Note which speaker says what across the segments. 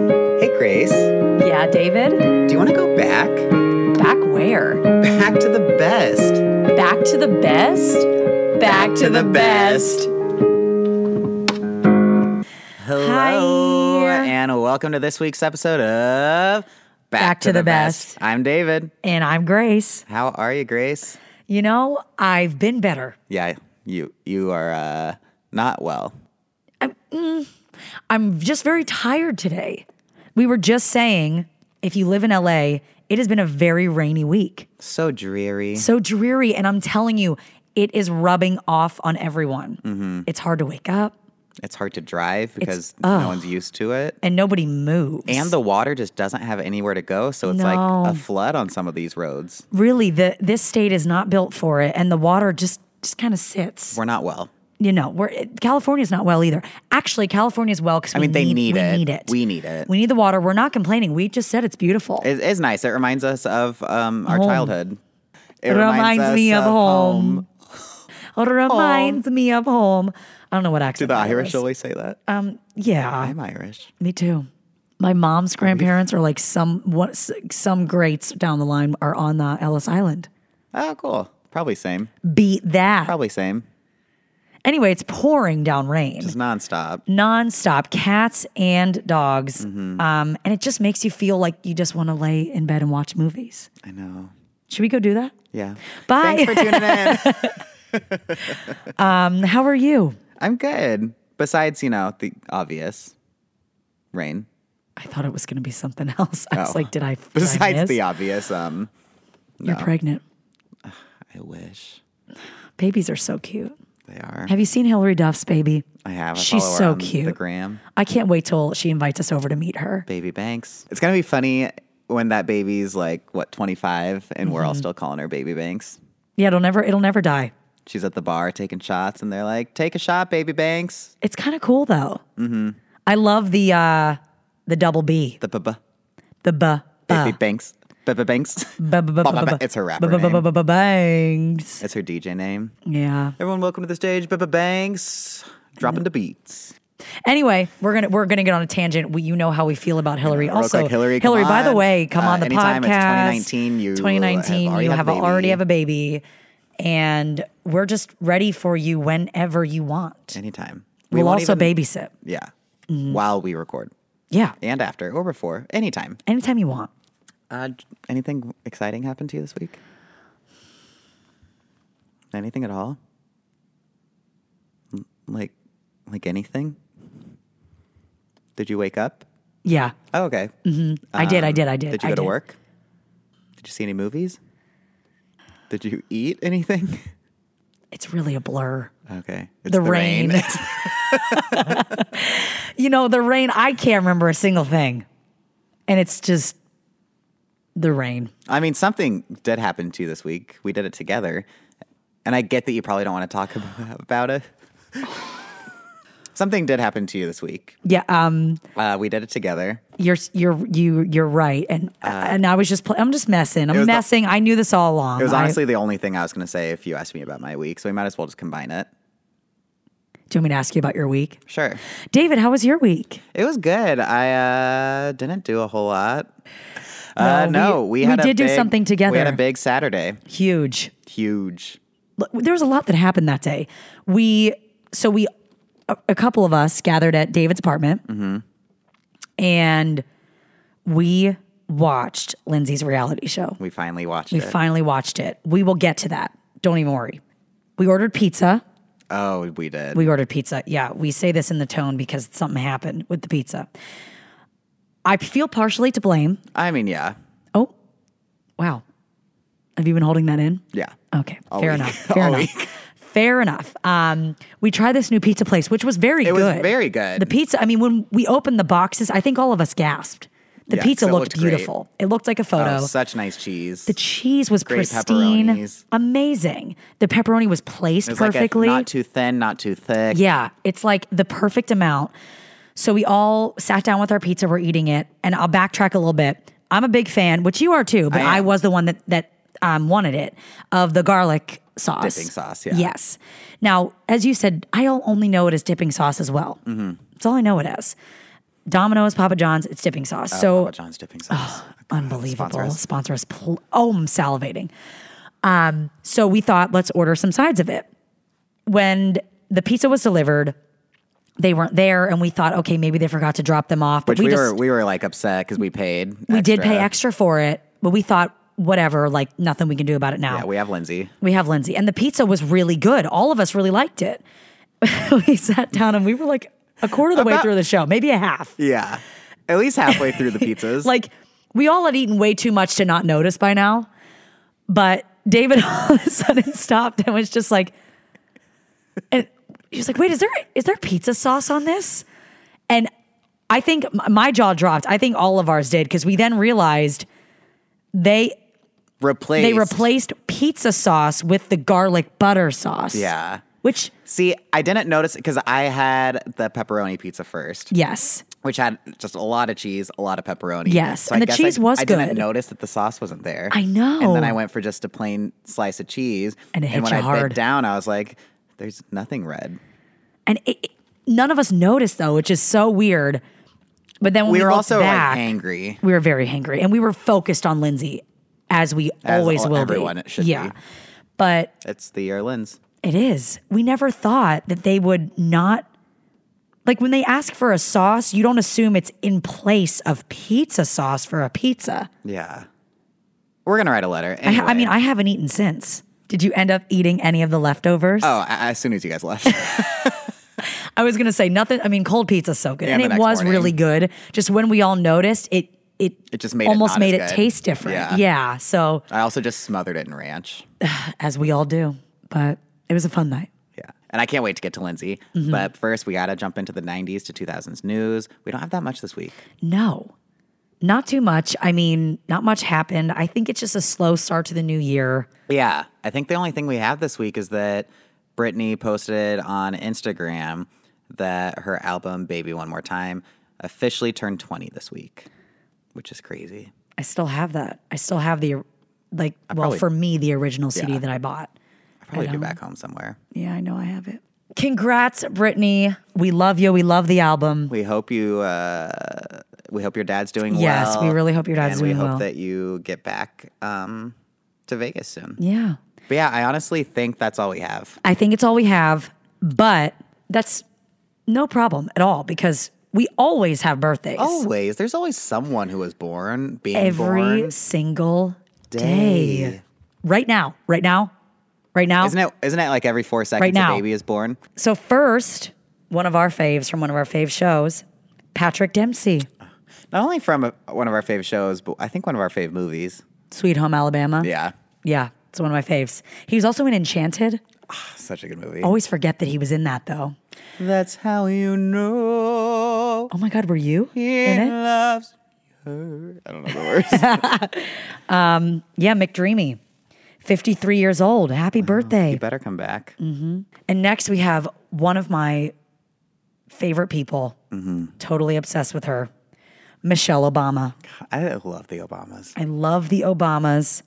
Speaker 1: Hey, Grace, do
Speaker 2: Yeah, David?
Speaker 1: you want to go back?
Speaker 2: Back where?
Speaker 1: Back to the best.
Speaker 2: Back to the best? Back,
Speaker 1: Hello,
Speaker 2: Hi.
Speaker 1: and welcome to this week's episode of Back,
Speaker 2: Back to the Best.
Speaker 1: I'm David.
Speaker 2: And I'm Grace.
Speaker 1: How are you, Grace?
Speaker 2: You know, I've been better.
Speaker 1: Yeah, you you are uh, not well.
Speaker 2: I'm just very tired today. We were just saying if you live in LA, it has been a very rainy week.
Speaker 1: So dreary.
Speaker 2: So dreary. And I'm telling you, it is rubbing off on everyone. It's hard to wake up
Speaker 1: It's hard to drive because no one's used to it.
Speaker 2: and nobody moves.
Speaker 1: And the water just doesn't have anywhere to go, so it's
Speaker 2: No.
Speaker 1: like a flood on some of these roads.
Speaker 2: really, the, this state is not built for it. And the water just, just kind of sits.
Speaker 1: We're not well.
Speaker 2: you know, we're California's not well either. Actually, California's well because I
Speaker 1: mean, they need
Speaker 2: we
Speaker 1: it.
Speaker 2: Need it.
Speaker 1: We need it.
Speaker 2: We need the water. We're not complaining. We just said it's beautiful.
Speaker 1: It is nice. It reminds us of um, our childhood. It
Speaker 2: reminds me of home. It reminds me of home. I don't know what accent.
Speaker 1: Oh. The
Speaker 2: that
Speaker 1: Irish
Speaker 2: was.
Speaker 1: always say that.
Speaker 2: Oh. Yeah,
Speaker 1: I'm Irish.
Speaker 2: me too. My mom's grandparents are like some what some greats down the line are on the Ellis Island.
Speaker 1: Oh, cool. Probably same.
Speaker 2: Beat that.
Speaker 1: Probably same.
Speaker 2: Anyway, it's pouring down rain.
Speaker 1: It's nonstop.
Speaker 2: nonstop, cats and dogs.
Speaker 1: Mm-hmm.
Speaker 2: Um, and it just makes you feel like you just want to lay in bed and watch movies.
Speaker 1: I know.
Speaker 2: Should we go do that?
Speaker 1: Yeah.
Speaker 2: Bye.
Speaker 1: Thanks for tuning in.
Speaker 2: How are you?
Speaker 1: I'm good. Besides, you know, the obvious rain.
Speaker 2: I thought it was going to be something else. I was
Speaker 1: Oh.
Speaker 2: like, did I? did I
Speaker 1: Besides
Speaker 2: miss?
Speaker 1: the obvious, um,
Speaker 2: you're pregnant.
Speaker 1: I wish
Speaker 2: Babies are so cute.
Speaker 1: they are.
Speaker 2: Have you seen Hillary Duff's baby?
Speaker 1: I have. A
Speaker 2: She's
Speaker 1: follower
Speaker 2: so
Speaker 1: on The
Speaker 2: cute.
Speaker 1: gram.
Speaker 2: I can't wait till she invites us over to meet her.
Speaker 1: Baby Banks. It's gonna be funny when that baby's like what 25, and
Speaker 2: Mm-hmm.
Speaker 1: we're all still calling her Baby Banks.
Speaker 2: Yeah, it'll never, it'll never die.
Speaker 1: She's at the bar taking shots, and they're like, "Take a shot, Baby Banks."
Speaker 2: It's kind of cool though.
Speaker 1: Mm-hmm.
Speaker 2: I love the uh, the double B,
Speaker 1: The ba
Speaker 2: the b,
Speaker 1: Baby
Speaker 2: b,
Speaker 1: Banks. Baby Banks.
Speaker 2: b, b, b,
Speaker 1: ba-
Speaker 2: b-
Speaker 1: ba- it's her rapper
Speaker 2: b- b-
Speaker 1: name.
Speaker 2: b- b- bangs.
Speaker 1: It's her DJ name.
Speaker 2: Yeah.
Speaker 1: Everyone, welcome to the stage. Baby Banks dropping the beats.
Speaker 2: Anyway, we're gonna we're gonna get on a tangent. We, you know how we feel about Hillary.
Speaker 1: real
Speaker 2: also,
Speaker 1: quick, Hillary, come
Speaker 2: by the
Speaker 1: on.
Speaker 2: way, come
Speaker 1: Uh,
Speaker 2: on the
Speaker 1: anytime, it's
Speaker 2: podcast.
Speaker 1: 2019, you
Speaker 2: 2019,
Speaker 1: have already
Speaker 2: you
Speaker 1: had
Speaker 2: have
Speaker 1: a
Speaker 2: already
Speaker 1: baby.
Speaker 2: have a baby, and we're just ready for you whenever you want.
Speaker 1: Anytime.
Speaker 2: We will
Speaker 1: won't
Speaker 2: also
Speaker 1: even-
Speaker 2: babysit.
Speaker 1: Yeah. While we record,
Speaker 2: Yeah,
Speaker 1: and after, or before, anytime.
Speaker 2: anytime you want.
Speaker 1: Uh, j- anything exciting happened to you this week? Anything at all? M- Like, like anything? Did you wake up?
Speaker 2: Yeah,
Speaker 1: Oh, okay.
Speaker 2: I did, I did, I did.
Speaker 1: Um, Did you
Speaker 2: I
Speaker 1: go to work? Did you see any movies? Did you eat anything?
Speaker 2: It's really a blur.
Speaker 1: Okay. It's
Speaker 2: The, rain. you know the rain. I can't remember a single thing, and it's just the rain.
Speaker 1: I mean, something did happen to you this week. We did it together. And I get that you probably don't want to talk ab- about it. something did happen to you this week.
Speaker 2: Yeah. Um.
Speaker 1: Uh, we did it together.
Speaker 2: you're you're you you're right and and I was just pl- I'm just messing I'm
Speaker 1: Uh, was the-
Speaker 2: messing I knew this all along
Speaker 1: It was
Speaker 2: I-
Speaker 1: honestly the only thing I was going to say if you asked me about my week. So we might as well just combine it.
Speaker 2: do you want me to ask you about your week
Speaker 1: Sure.
Speaker 2: David how was your week
Speaker 1: It was good. I uh, didn't do a whole lot. Uh,
Speaker 2: No,
Speaker 1: no, we,
Speaker 2: we- we
Speaker 1: had a
Speaker 2: did do
Speaker 1: big-
Speaker 2: something
Speaker 1: We had
Speaker 2: together.
Speaker 1: a big Saturday.
Speaker 2: huge
Speaker 1: Huge.
Speaker 2: Look, there was a lot that happened that day we so we a, a couple of us gathered at David's apartment
Speaker 1: Mm-hmm.
Speaker 2: and we watched Lindsay's reality show
Speaker 1: We finally watched
Speaker 2: we
Speaker 1: it.
Speaker 2: finally watched it we will get to that don't even worry we ordered pizza
Speaker 1: oh, we did.
Speaker 2: We ordered pizza. Yeah, we say this in the tone because something happened with the pizza. I feel partially to blame.
Speaker 1: I mean, yeah.
Speaker 2: Oh, wow. Have you been holding that in?
Speaker 1: Yeah.
Speaker 2: Okay, fair
Speaker 1: week.
Speaker 2: enough. Fair
Speaker 1: All
Speaker 2: enough. Fair enough. Um, we tried this new pizza place, which was very
Speaker 1: It
Speaker 2: good.
Speaker 1: was very good.
Speaker 2: The pizza. I mean, when we opened the boxes, I think all of us gasped. The
Speaker 1: Yeah,
Speaker 2: pizza
Speaker 1: so it
Speaker 2: looked,
Speaker 1: looked great.
Speaker 2: beautiful. It looked like a photo.
Speaker 1: Oh, such nice cheese.
Speaker 2: the cheese was
Speaker 1: Great
Speaker 2: pristine,
Speaker 1: pepperonis.
Speaker 2: amazing. The pepperoni was placed
Speaker 1: It's like a-
Speaker 2: perfectly.
Speaker 1: not too thin, not too thick.
Speaker 2: Yeah, it's like the perfect amount. So we all sat down with our pizza, we're eating it, and I'll backtrack a little bit. I'm a big fan, which you are too, but
Speaker 1: I
Speaker 2: I,
Speaker 1: am.
Speaker 2: was the one that that um, wanted it of the garlic sauce,
Speaker 1: Dipping sauce, yeah.
Speaker 2: Yes.
Speaker 1: Mm-hmm.
Speaker 2: Now, as you said, I don't only know it as dipping sauce as well. That's all I know it as. Domino's, Papa John's, it's dipping sauce. so
Speaker 1: Papa Oh, John's dipping sauce.
Speaker 2: Oh, unbelievable.
Speaker 1: sponsors.
Speaker 2: Sponsor us. pl- Oh, I'm salivating. Um, so we thought, let's order some sides of it. When the pizza was delivered, they weren't there, and we thought, okay, maybe they forgot to drop them off. But
Speaker 1: Which we,
Speaker 2: just
Speaker 1: were we were like upset because we paid.
Speaker 2: we did pay extra for it, but we thought, whatever, like nothing we can do about it now.
Speaker 1: Yeah, we have Lindsay.
Speaker 2: We have Lindsay. And the pizza was really good. All of us really liked it. we sat down and we were like a quarter of the way
Speaker 1: About-
Speaker 2: through the show, maybe a half.
Speaker 1: Yeah, at least halfway through the pizzas.
Speaker 2: Like we all had eaten way too much to not notice by now. But David all of a sudden stopped and was just like and he was like, "Wait, is there is there pizza sauce on this?" And I think m- my jaw dropped. I think all of ours did because we then realized they
Speaker 1: replace.
Speaker 2: they replaced pizza sauce with the garlic butter sauce.
Speaker 1: Yeah.
Speaker 2: Which
Speaker 1: See, I didn't notice because I had the pepperoni pizza first,
Speaker 2: yes,
Speaker 1: which had just a lot of cheese, a lot of pepperoni.
Speaker 2: Yes,
Speaker 1: So I
Speaker 2: and the
Speaker 1: guess
Speaker 2: cheese
Speaker 1: I,
Speaker 2: was
Speaker 1: I
Speaker 2: good.
Speaker 1: didn't notice that the sauce wasn't there.
Speaker 2: I know.
Speaker 1: And then I went for just a plain slice of cheese,
Speaker 2: And it hit
Speaker 1: and when
Speaker 2: you
Speaker 1: I
Speaker 2: hard.
Speaker 1: bit down, I was like, "There's nothing red."
Speaker 2: and it, it- none of us noticed though, which is so weird. But then when we,
Speaker 1: We, were
Speaker 2: looked
Speaker 1: also
Speaker 2: back,
Speaker 1: like angry.
Speaker 2: we were very hangry, and we were focused on Lindsay, as we
Speaker 1: As
Speaker 2: always
Speaker 1: all-
Speaker 2: will
Speaker 1: everyone
Speaker 2: be.
Speaker 1: should
Speaker 2: yeah,
Speaker 1: be.
Speaker 2: but
Speaker 1: It's the year lens.
Speaker 2: It is. We never thought that they would not like when they ask for a sauce, you don't assume it's in place of pizza sauce for a pizza.
Speaker 1: Yeah. We're gonna write a letter.
Speaker 2: I, ha- I
Speaker 1: anyway.
Speaker 2: mean, I haven't eaten since. Did you end up eating any of the leftovers?
Speaker 1: Oh, a- as soon as you guys left.
Speaker 2: I was gonna say nothing. I mean, cold pizza's so good,
Speaker 1: Yeah,
Speaker 2: and
Speaker 1: the
Speaker 2: it
Speaker 1: next
Speaker 2: was
Speaker 1: morning.
Speaker 2: really good. Just when we all noticed it, it
Speaker 1: It just made it
Speaker 2: almost
Speaker 1: not
Speaker 2: made it
Speaker 1: as good.
Speaker 2: taste different.
Speaker 1: Yeah.
Speaker 2: yeah. So
Speaker 1: I also just smothered it in ranch.
Speaker 2: as we all do, but it was a fun night.
Speaker 1: Yeah. And I can't wait to get to Lindsay.
Speaker 2: Mm-hmm.
Speaker 1: But first, we got to jump into the 90s to 2000s news. We don't have that much this week.
Speaker 2: No, not too much. I mean, not much happened. I think it's just a slow start to the new year.
Speaker 1: Yeah. I think the only thing we have this week is that Britney posted on Instagram that her album, Baby One More Time, officially turned 20 this week, which is crazy.
Speaker 2: I still have that. I still have the, like, well,
Speaker 1: probably-
Speaker 2: for me, the original CD that I bought.
Speaker 1: I probably do back home somewhere.
Speaker 2: Yeah, I know I have it. Congrats, Brittany. We love you. We love the album.
Speaker 1: We hope you. Uh, we hope your dad's doing well.
Speaker 2: Yes, we really hope your dad's
Speaker 1: and we
Speaker 2: doing
Speaker 1: hope
Speaker 2: well.
Speaker 1: that you get back um, to Vegas soon.
Speaker 2: Yeah.
Speaker 1: But yeah, I honestly think that's all we have.
Speaker 2: I think it's all we have, but that's no problem at all because we always have birthdays.
Speaker 1: Always, there's always someone who was born, being
Speaker 2: Oh. every
Speaker 1: born.
Speaker 2: single day. Right now, right now, right now.
Speaker 1: Isn't it? Isn't it like every four seconds
Speaker 2: Right now.
Speaker 1: a baby is born?
Speaker 2: So first, one of our faves from one of our fave shows, Patrick Dempsey,
Speaker 1: Not only from uh one of our fave shows, but I think one of our fave movies.
Speaker 2: Sweet Home Alabama.
Speaker 1: Yeah,
Speaker 2: Yeah, it's one of my faves. He was also in Enchanted.
Speaker 1: such a good movie.
Speaker 2: Always forget that he was in that though.
Speaker 1: Oh, That's how you know
Speaker 2: Oh my God, were you
Speaker 1: he
Speaker 2: in it?
Speaker 1: loves her. I don't know the words.
Speaker 2: Yeah, McDreamy, 53 years old. Happy birthday.
Speaker 1: you better come back.
Speaker 2: And next we have one of my favorite people, totally obsessed with her, Michelle Obama.
Speaker 1: I love the Obamas.
Speaker 2: I love the Obamas.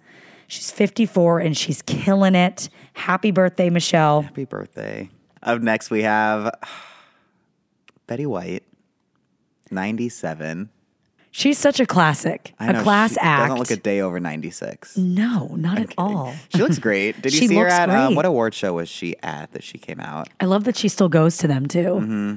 Speaker 2: She's 54 and she's killing it. Happy birthday, Michelle.
Speaker 1: Happy birthday. Up next, we have Betty White, 97.
Speaker 2: She's such a classic,
Speaker 1: I know
Speaker 2: a class
Speaker 1: she
Speaker 2: act.
Speaker 1: Doesn't look a day over 96.
Speaker 2: no, not at all.
Speaker 1: She looks great. Did you
Speaker 2: She
Speaker 1: see her
Speaker 2: looks
Speaker 1: at
Speaker 2: great.
Speaker 1: um, what award show was she at that she came out?
Speaker 2: I love that she still goes to them too.
Speaker 1: Mm-hmm.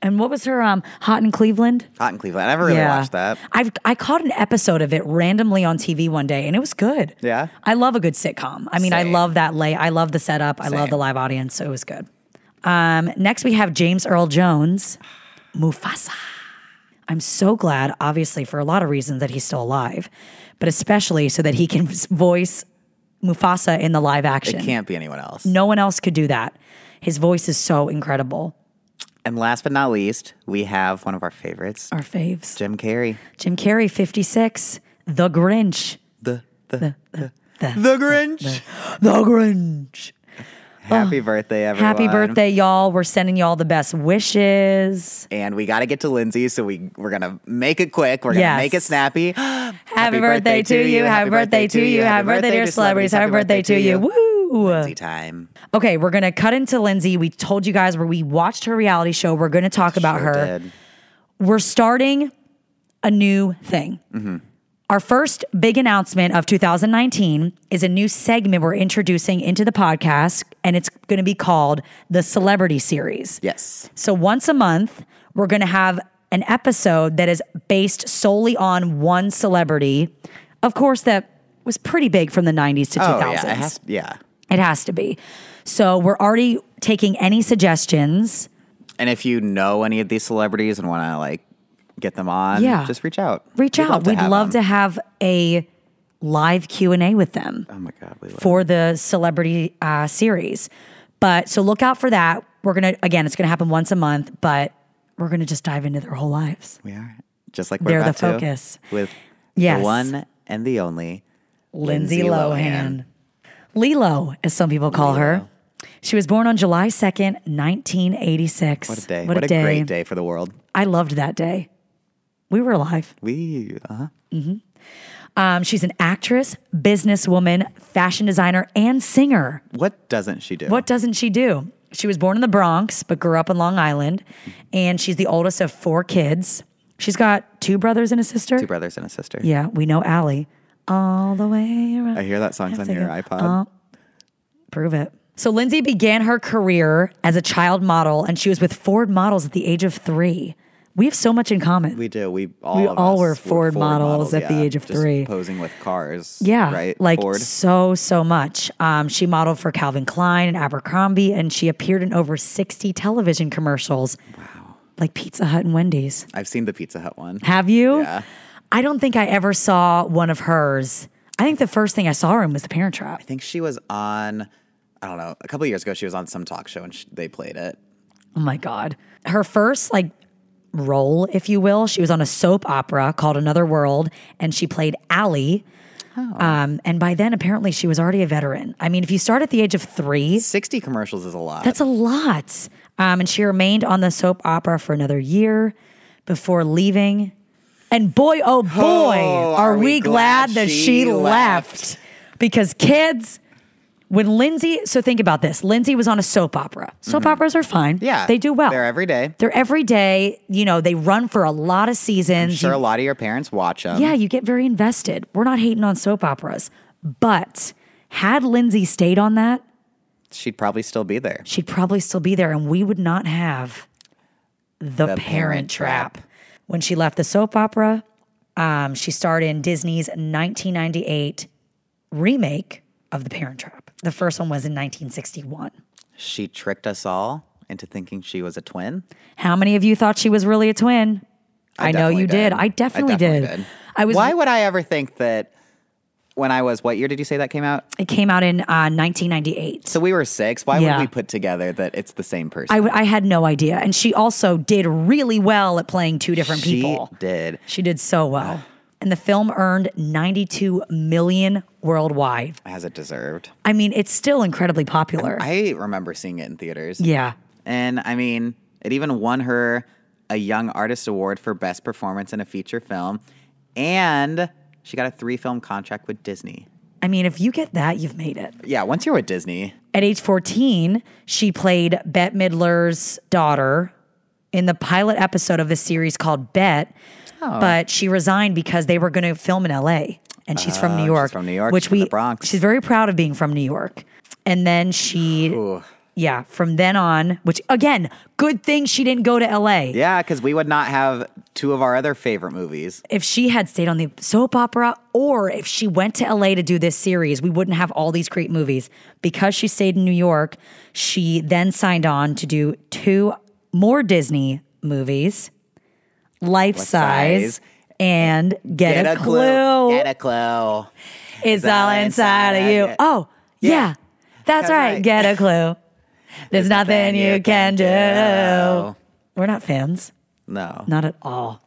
Speaker 2: And what was her um, hot in Cleveland?
Speaker 1: Hot in Cleveland. I never really watched that.
Speaker 2: I've I caught an episode of it randomly on TV one day, and it was good.
Speaker 1: Yeah?
Speaker 2: I love a good sitcom. I mean, I
Speaker 1: Same.
Speaker 2: love that lay. I love the setup. I love
Speaker 1: Same.
Speaker 2: the live audience. So it was good. Um, next, we have James Earl Jones, Mufasa. I'm so glad, obviously, for a lot of reasons that he's still alive, but especially so that he can voice Mufasa in the live action.
Speaker 1: Can't be anyone else.
Speaker 2: No one else could do that. His voice is so incredible.
Speaker 1: And last but not least, we have one of our favorites,
Speaker 2: Our faves.
Speaker 1: Jim Carrey.
Speaker 2: Jim Carrey, 56, The Grinch.
Speaker 1: The the the, the Grinch.
Speaker 2: The Grinch.
Speaker 1: Happy birthday, everyone.
Speaker 2: Happy birthday, y'all. We're sending y'all the best wishes.
Speaker 1: And we got to get to Lindsay, so we we're gonna make it quick. We're gonna
Speaker 2: Yes.
Speaker 1: make it snappy.
Speaker 2: Happy, birthday, to you. Happy birthday to you. Happy birthday to your celebrities. Happy birthday to you. Woo!
Speaker 1: Lindsay time.
Speaker 2: Okay, we're gonna cut into Lindsay. We told you guys where we watched her reality show. We're gonna talk about
Speaker 1: Sure
Speaker 2: her.
Speaker 1: did.
Speaker 2: we're starting a new thing. Our first big announcement of 2019 is a new segment we're introducing into the podcast, and it's going to be called the Celebrity Series.
Speaker 1: Yes.
Speaker 2: So once a month, we're going to have an episode that is based solely on one celebrity. Of course, that was pretty big from the 90s to
Speaker 1: Oh
Speaker 2: 2000s.
Speaker 1: yeah. It has, yeah.
Speaker 2: It has to be. So we're already taking any suggestions.
Speaker 1: And if you know any of these celebrities and want to like get them on,
Speaker 2: Yeah.
Speaker 1: just reach out.
Speaker 2: Reach
Speaker 1: We'd
Speaker 2: out.
Speaker 1: Love to
Speaker 2: We'd
Speaker 1: have
Speaker 2: love
Speaker 1: them.
Speaker 2: to have a live Q&A with them
Speaker 1: Oh my god, we love.
Speaker 2: for the celebrity uh, series. But so look out for that. We're going to again, it's going to happen once a month, but we're going to just dive into their whole lives.
Speaker 1: We are just like we're
Speaker 2: They're the
Speaker 1: about to
Speaker 2: focus.
Speaker 1: with
Speaker 2: Yes.
Speaker 1: the one and the only
Speaker 2: Lindsay Lohan. Lilo, as some people call her. She was born on July 2nd, 1986.
Speaker 1: What a day! What, a, great day for the world.
Speaker 2: I loved that day. We were alive.
Speaker 1: We uh,
Speaker 2: Um, she's an actress, businesswoman, fashion designer, and singer.
Speaker 1: what doesn't she do?
Speaker 2: What doesn't she do? She was born in the Bronx, but grew up in Long Island, and she's the oldest of four kids. She's got two brothers and a sister.
Speaker 1: Two brothers and a sister.
Speaker 2: Yeah, we know Allie. All the way around.
Speaker 1: I hear that song's on
Speaker 2: to
Speaker 1: your
Speaker 2: go Uh-huh.
Speaker 1: iPod.
Speaker 2: Prove it. So Lindsay began her career as a child model, and she was with Ford models at the age of three. We have so much in common.
Speaker 1: We do. We all
Speaker 2: We
Speaker 1: of
Speaker 2: all
Speaker 1: us
Speaker 2: were Ford models at the
Speaker 1: yeah,
Speaker 2: age of
Speaker 1: just
Speaker 2: three.
Speaker 1: posing with cars.
Speaker 2: Yeah,
Speaker 1: right.
Speaker 2: like
Speaker 1: Ford.
Speaker 2: so so much. Um, she modeled for Calvin Klein and Abercrombie, and she appeared in over sixty television commercials. Wow, like Pizza Hut and Wendy's.
Speaker 1: I've seen the Pizza Hut one.
Speaker 2: Have you?
Speaker 1: Yeah.
Speaker 2: I don't think I ever saw one of hers. I think the first thing I saw her in was The Parent Trap.
Speaker 1: I think she was on. I don't know. A couple years ago, she was on some talk show and sh they played it.
Speaker 2: Oh my god, her first like role, if you will, she was on a soap opera called Another World, and she played Allie. Um, and by then, apparently, she was already a veteran. I mean, if you start at the age of three,
Speaker 1: Sixty commercials is a lot.
Speaker 2: That's a lot. Um, and she remained on the soap opera for another year before leaving. And boy, oh boy,
Speaker 1: Oh,
Speaker 2: are,
Speaker 1: are
Speaker 2: we,
Speaker 1: we
Speaker 2: glad,
Speaker 1: glad
Speaker 2: that
Speaker 1: she
Speaker 2: she left. Because kids, when Lindsay, so think about this Lindsay was on a soap opera. Soap operas are fine.
Speaker 1: Mm-hmm. yeah.
Speaker 2: They do well.
Speaker 1: They're every day.
Speaker 2: They're every day. You know, they run for a lot of seasons.
Speaker 1: sure,
Speaker 2: You-
Speaker 1: a lot of your parents watch them.
Speaker 2: yeah, you get very invested. We're not hating on soap operas. But had Lindsay stayed on that,
Speaker 1: She'd probably still be there.
Speaker 2: she'd probably still be there and we would not have the, parent,
Speaker 1: Parent
Speaker 2: trap.
Speaker 1: Trap.
Speaker 2: When she left the soap opera, um, she starred in Disney's 1998 remake of The Parent Trap. The first one was in 1961.
Speaker 1: She tricked us all into thinking she was a twin.
Speaker 2: How many of you thought she was really a twin? I, know
Speaker 1: definitely
Speaker 2: you did. I definitely, did. I was.
Speaker 1: Why would I ever think that? When I was, what year did you say that came out?
Speaker 2: It came out in uh, 1998.
Speaker 1: So we were six. Why
Speaker 2: Yeah.
Speaker 1: would we put together that it's the same person?
Speaker 2: I, w- I had no idea. And she also did really well at playing two different
Speaker 1: she
Speaker 2: people.
Speaker 1: did.
Speaker 2: She did so well. And the film earned 92 million worldwide.
Speaker 1: As it deserved.
Speaker 2: I mean, it's still incredibly popular.
Speaker 1: I remember seeing it in theaters.
Speaker 2: yeah.
Speaker 1: And I mean, it even won her a Young Artist Award for Best Performance in a Feature Film. And she got a three film contract with Disney.
Speaker 2: I mean, if you get that, you've made it.
Speaker 1: Yeah, once you're with Disney,
Speaker 2: At age 14, she played Bette Midler's daughter in the pilot episode of the series called Bet.
Speaker 1: Oh.
Speaker 2: But she resigned because they were going to film in LA. And she's from New York.
Speaker 1: from New York. Oh,
Speaker 2: Which
Speaker 1: She's
Speaker 2: we,
Speaker 1: from the Bronx.
Speaker 2: She's very proud of being from New York. And then she, yeah, from then on, which again, good thing she didn't go to LA.
Speaker 1: yeah, because we would not have two of our other favorite movies.
Speaker 2: if she had stayed on the soap opera or if she went to LA to do this series, we wouldn't have all these great movies. Because she stayed in New York, she then signed on to do two more Disney movies Life, size,
Speaker 1: Size.
Speaker 2: and Get, a, Clue,
Speaker 1: Get a clue.
Speaker 2: It's all inside of you. Oh, yeah. That's
Speaker 1: That's
Speaker 2: right.
Speaker 1: right.
Speaker 2: Get a clue. There's nothing you can do.
Speaker 1: do.
Speaker 2: We're not fans.
Speaker 1: No.
Speaker 2: Not at all.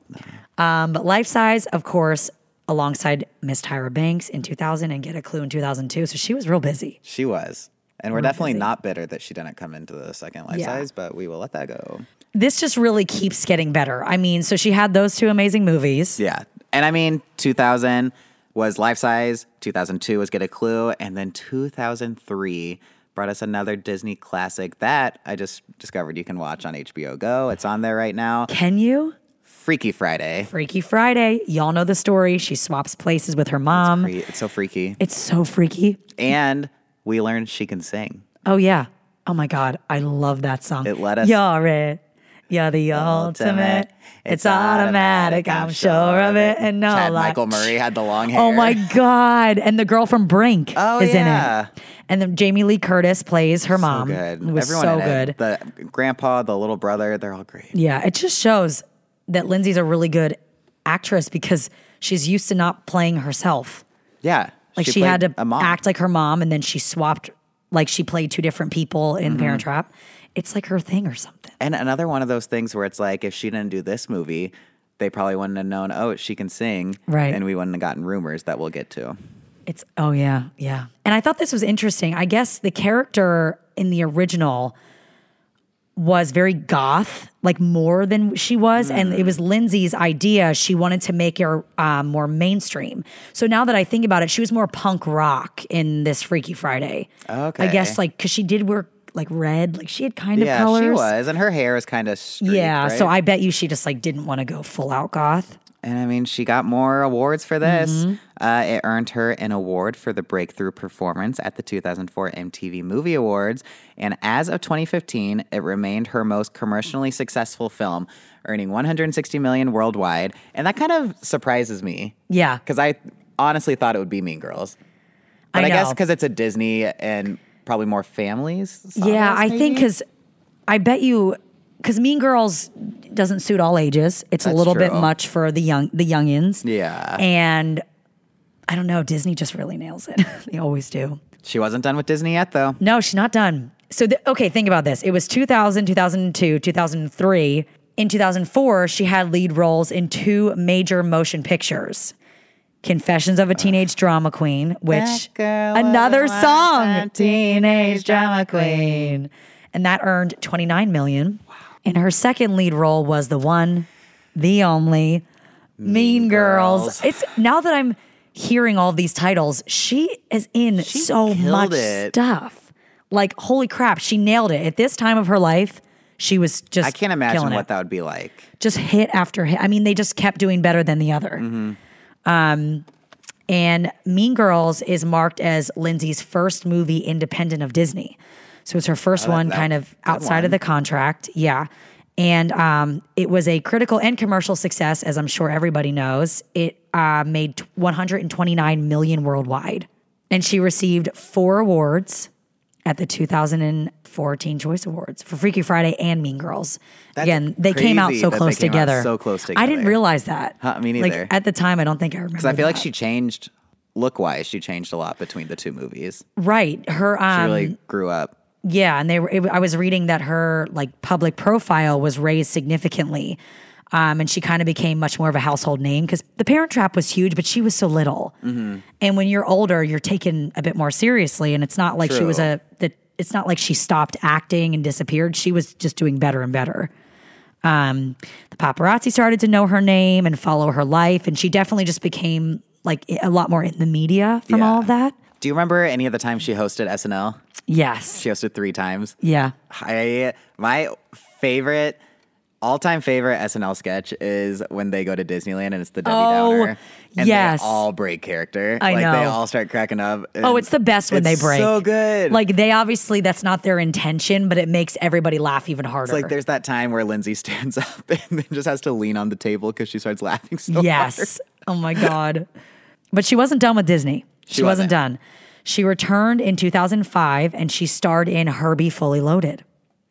Speaker 2: Um, but Life Size, of course, alongside Miss Tyra Banks in 2000 and Get a Clue in 2002. So she was real busy.
Speaker 1: She was. And we're, definitely not bitter that she didn't come into the second life
Speaker 2: Yeah.
Speaker 1: size, but we will let that go.
Speaker 2: This just really keeps getting better. I mean, so she had those two amazing movies.
Speaker 1: Yeah. And I mean, 2000 was Life Size, 2002 was Get a Clue, and then 2003 brought us another Disney classic that I just discovered you can watch on HBO Go. It's on there right now.
Speaker 2: Can you?
Speaker 1: Freaky Friday.
Speaker 2: Freaky Friday. Y'all know the story. She swaps places with her mom.
Speaker 1: Free- It's so freaky.
Speaker 2: It's so freaky.
Speaker 1: And we learned she can sing.
Speaker 2: Oh yeah. Oh my God. I love that song.
Speaker 1: It let us-
Speaker 2: You're it. You're the ultimate. It's automatic. I'm sure of it. And no
Speaker 1: Chad
Speaker 2: lie.
Speaker 1: Michael Murray had the long hair.
Speaker 2: Oh my God. And the girl from Brink
Speaker 1: Oh,
Speaker 2: is
Speaker 1: yeah.
Speaker 2: in it. And then Jamie Lee Curtis plays her
Speaker 1: So
Speaker 2: mom.
Speaker 1: good.
Speaker 2: It was
Speaker 1: Everyone
Speaker 2: so
Speaker 1: in it.
Speaker 2: good.
Speaker 1: The grandpa, the little brother, they're all great.
Speaker 2: Yeah, it just shows that Lindsay's a really good actress because she's used to not playing herself.
Speaker 1: Yeah.
Speaker 2: Like she, had
Speaker 1: played
Speaker 2: to
Speaker 1: a mom.
Speaker 2: act like her mom and then she swapped like she played two different people in
Speaker 1: Mm-hmm.
Speaker 2: Parent Trap. It's like her thing or something.
Speaker 1: And another one of those things where it's like, if she didn't do this movie, they probably wouldn't have known, oh, she can sing.
Speaker 2: Right.
Speaker 1: And we wouldn't have gotten rumors that we'll get to.
Speaker 2: It's oh yeah, yeah. And I thought this was interesting. I guess the character in the original was very goth, like more than she was, and it was
Speaker 1: Mm.
Speaker 2: Lindsay's idea. She wanted to make her um, more mainstream. So now that I think about it, she was more punk rock in this Freaky Friday.
Speaker 1: Okay.
Speaker 2: I guess like because she did wear like red, like she had kind
Speaker 1: Yeah,
Speaker 2: of colors.
Speaker 1: she was. And her hair is kind of streaked.
Speaker 2: Yeah,
Speaker 1: right?
Speaker 2: so I bet you she just like didn't want to go full out goth.
Speaker 1: And I mean, she got more awards for this.
Speaker 2: Mm-hmm.
Speaker 1: Uh, it earned her an award for the breakthrough performance at the 2004 MTV Movie Awards. And as of 2015, it remained her most commercially successful film, earning 160 million worldwide. And that kind of surprises me
Speaker 2: Yeah,
Speaker 1: because I honestly thought it would be Mean Girls, but I, guess
Speaker 2: know.
Speaker 1: because it's a Disney and probably more families. saw
Speaker 2: Yeah,
Speaker 1: this,
Speaker 2: I think
Speaker 1: maybe?
Speaker 2: because I bet you because Mean Girls doesn't suit all ages. It's a little bit
Speaker 1: true.
Speaker 2: much for the young the youngins.
Speaker 1: Yeah.
Speaker 2: and I don't know. Disney just really nails it. they always do.
Speaker 1: she wasn't done with Disney yet, though.
Speaker 2: No, she's not done. So th- okay, think about this. It was 2000, 2002, 2003. In 2004, she had lead roles in two major motion pictures. Confessions of a Teenage Drama Queen,
Speaker 1: That
Speaker 2: which
Speaker 1: girl
Speaker 2: another
Speaker 1: was a
Speaker 2: song,
Speaker 1: teenage drama
Speaker 2: queen, and that earned 29 million. Wow. And her second lead role was the one, the only Mean, Girls.
Speaker 1: Girls.
Speaker 2: It's now that I'm hearing all these titles, she is in so
Speaker 1: killed
Speaker 2: much
Speaker 1: it.
Speaker 2: stuff. Like holy crap, she nailed it. At this time of her life, she was just
Speaker 1: I can't imagine
Speaker 2: killing
Speaker 1: what
Speaker 2: it.
Speaker 1: that would be like.
Speaker 2: just hit after hit. I mean, they just kept doing better than the other.
Speaker 1: Mm-hmm.
Speaker 2: Um, and Mean Girls is marked as Lindsay's first movie independent of Disney. So it's her first one
Speaker 1: Oh, that-
Speaker 2: kind of
Speaker 1: good
Speaker 2: outside
Speaker 1: one.
Speaker 2: of the contract. Yeah. And um, it was a critical and commercial success, as I'm sure everybody knows. It uh, made t- 129 million worldwide. And she received four awards at the 2014 Choice Awards for Freaky Friday and Mean Girls. Again, they came out
Speaker 1: crazy
Speaker 2: so
Speaker 1: that they
Speaker 2: close
Speaker 1: came out
Speaker 2: together.
Speaker 1: so close
Speaker 2: I didn't
Speaker 1: together.
Speaker 2: realize that.
Speaker 1: Huh, me neither.
Speaker 2: Like at the time, I don't think I remember.
Speaker 1: I feel like
Speaker 2: that.
Speaker 1: she changed look wise. She changed a lot between the two movies.
Speaker 2: right her
Speaker 1: She
Speaker 2: um
Speaker 1: really grew up.
Speaker 2: yeah, and they were. It, I was reading that her like public profile was raised significantly. Um, and she kind of became much more of a household name because the parent trap was huge, but she was so little.
Speaker 1: Mm-hmm.
Speaker 2: And when you're older, you're taken a bit more seriously. And it's not like she was
Speaker 1: True.
Speaker 2: a, the, it's not like she stopped acting and disappeared. She was just doing better and better. um, the paparazzi started to know her name and follow her life, and she definitely just became like a lot more in the media from all of
Speaker 1: Yeah.
Speaker 2: that.
Speaker 1: Do you remember any of the times she hosted SNL?
Speaker 2: Yes.
Speaker 1: She hosted three times.
Speaker 2: Yeah.
Speaker 1: I my favorite all time favorite SNL sketch is when they go to Disneyland and it's the Debbie
Speaker 2: Oh,
Speaker 1: Downer. And
Speaker 2: yes.
Speaker 1: they all break character.
Speaker 2: I
Speaker 1: like they
Speaker 2: know.
Speaker 1: all start cracking up.
Speaker 2: Oh,
Speaker 1: and
Speaker 2: it's the best when they
Speaker 1: it's
Speaker 2: break.
Speaker 1: So good.
Speaker 2: Like they obviously that's not their intention, but it makes everybody laugh even harder.
Speaker 1: like there's that time where Lindsay stands up and then just has to lean on the table because she starts laughing so hard.
Speaker 2: yes. Oh my god. But she wasn't done with Disney. She,
Speaker 1: wasn't.
Speaker 2: wasn't done. She returned in 2005 and she starred in Herbie Fully Loaded.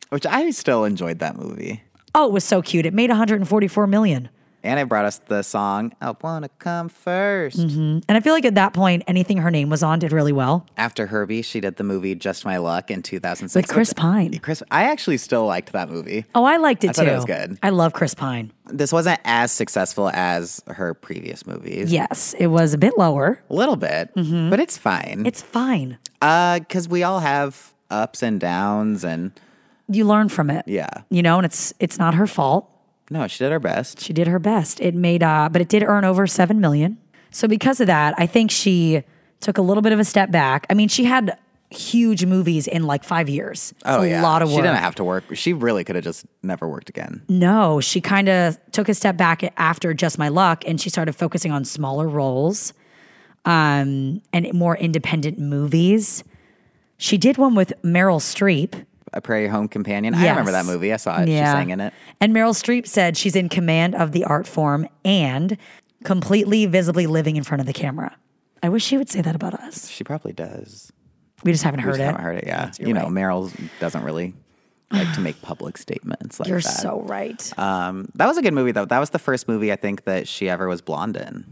Speaker 1: Which I still enjoyed that movie.
Speaker 2: Oh, it was so cute. It made 144 million.
Speaker 1: And it brought us the song I Wanna Come 1st
Speaker 2: And I feel like at that point, anything her name was on did really well.
Speaker 1: After Herbie, she did the movie Just My Luck in 2006.
Speaker 2: With Chris
Speaker 1: which- uh,
Speaker 2: Pine.
Speaker 1: Chris, I actually still liked that movie.
Speaker 2: Oh, I liked it too.
Speaker 1: thought it was good.
Speaker 2: I love Chris Pine.
Speaker 1: This wasn't as successful as her previous movies.
Speaker 2: Yes, it was a bit lower.
Speaker 1: A little bit,
Speaker 2: Mm-hmm.
Speaker 1: but it's fine.
Speaker 2: It's fine.
Speaker 1: Because we all have ups and downs, and
Speaker 2: You learn from it.
Speaker 1: Yeah.
Speaker 2: You know, and it's it's not her fault.
Speaker 1: no, she did her best.
Speaker 2: She did her best. It made uh but it did earn over 7 million. So because of that, I think she took a little bit of a step back. I mean, she had huge movies in like five years. It's
Speaker 1: Oh
Speaker 2: a
Speaker 1: yeah,
Speaker 2: lot of
Speaker 1: she
Speaker 2: work.
Speaker 1: didn't have to work. She really could have just never worked again.
Speaker 2: No, she kind of took a step back after Just My Luck and she started focusing on smaller roles um, and more independent movies. She did one with Meryl Streep.
Speaker 1: A Prairie Home Companion. I
Speaker 2: Yes.
Speaker 1: remember that movie. I saw it. She sang in it.
Speaker 2: And Meryl Streep said she's in command of the art form and completely visibly living in front of the camera. I wish she would say that about us.
Speaker 1: She probably does.
Speaker 2: We just haven't heard
Speaker 1: I
Speaker 2: it.
Speaker 1: haven't heard it. Yeah, you know, Meryl doesn't really like to make public statements like
Speaker 2: You're
Speaker 1: that.
Speaker 2: so right.
Speaker 1: um, that was a good movie though. That was the first movie I think that she ever was blonde in.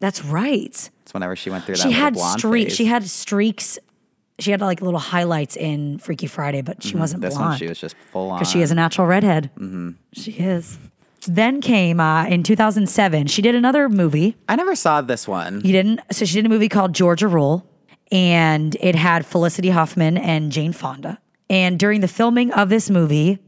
Speaker 2: That's right.
Speaker 1: It's whenever she went through that.
Speaker 2: she
Speaker 1: little
Speaker 2: had
Speaker 1: blonde
Speaker 2: streaks.
Speaker 1: phase.
Speaker 2: She had streaks. She had like little highlights in Freaky Friday, but she wasn't
Speaker 1: Mm-hmm. this one.
Speaker 2: blonde
Speaker 1: She was just full on. Mm-hmm.
Speaker 2: because she is a natural redhead. She is. Then came uh, in 2007. She did another movie.
Speaker 1: I never saw this one.
Speaker 2: You didn't. So she did a movie called Georgia Rule, and it had Felicity Huffman and Jane Fonda. And during the filming of this movie,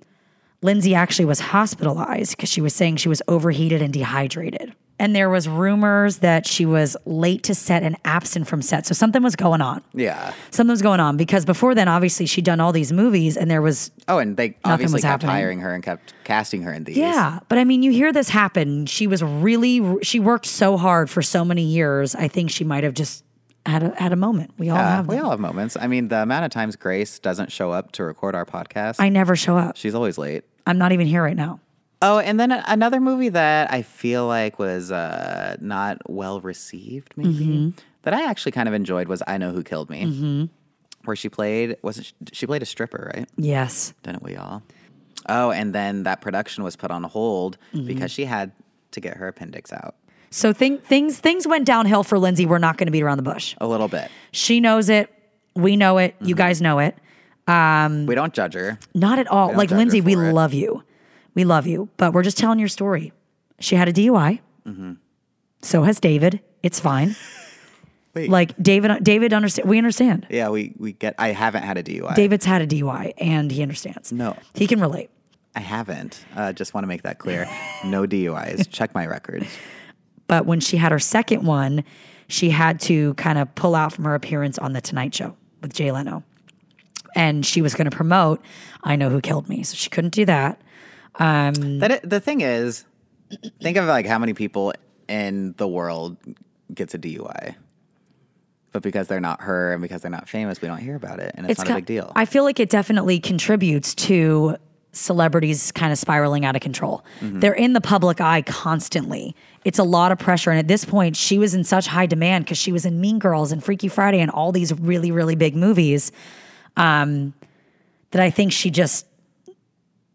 Speaker 2: Lindsay actually was hospitalized because she was saying she was overheated and dehydrated. And there was rumors that she was late to set and absent from set. So something was going on.
Speaker 1: Yeah.
Speaker 2: Something was going on because before then, obviously, she'd done all these movies and there was
Speaker 1: Oh, and they obviously
Speaker 2: was
Speaker 1: kept
Speaker 2: happening.
Speaker 1: hiring her and kept casting her in these.
Speaker 2: Yeah, but I mean, you hear this happen. She was really she worked so hard for so many years. I think she might have just had a had a moment. We all
Speaker 1: Uh,
Speaker 2: have.
Speaker 1: we
Speaker 2: them.
Speaker 1: all have moments. I mean, the amount of times Grace doesn't show up to record our podcast,
Speaker 2: I never show up.
Speaker 1: she's always late.
Speaker 2: I'm not even here right now.
Speaker 1: Oh, and then a- another movie that I feel like was uh, not well received, maybe that I actually kind of enjoyed was "I Know Who Killed Me," where she played wasn't she, she played a stripper, right?
Speaker 2: Yes,
Speaker 1: Didn't we all? Oh, and then that production was put on hold because she had to get her appendix out
Speaker 2: so thing, things things went downhill for Lindsay. We're not going to beat around the bush.
Speaker 1: a little bit.
Speaker 2: She knows it. We know it.
Speaker 1: Mm-hmm.
Speaker 2: You guys know it.
Speaker 1: We don't judge her.
Speaker 2: Not at all. Like
Speaker 1: judge her
Speaker 2: Lindsay, we
Speaker 1: for it.
Speaker 2: love you. We love you, but we're just telling your story. She had a DUI.
Speaker 1: Mm-hmm.
Speaker 2: So has David. It's fine.
Speaker 1: Wait.
Speaker 2: Like David, David understand. We understand.
Speaker 1: Yeah, we we get. I haven't had a DUI.
Speaker 2: David's had a DUI and he understands.
Speaker 1: No.
Speaker 2: He can relate.
Speaker 1: I haven't. Uh, just want to make that clear. No DUIs. Check my records.
Speaker 2: But when she had her second one, she had to kind of pull out from her appearance on The Tonight Show with Jay Leno. And she was going to promote I Know Who Killed Me. So she couldn't do that.
Speaker 1: That it, the thing is, think of like how many people in the world gets a DUI, but because they're not her and because they're not famous, we don't hear about it, and it's, not
Speaker 2: ki-
Speaker 1: a big deal.
Speaker 2: I feel like it definitely contributes to celebrities kind of spiraling out of control.
Speaker 1: Mm-hmm.
Speaker 2: They're in the public eye constantly. It's a lot of pressure. And at this point, she was in such high demand because she was in Mean Girls and Freaky Friday and all these really, really big movies um, that I think she just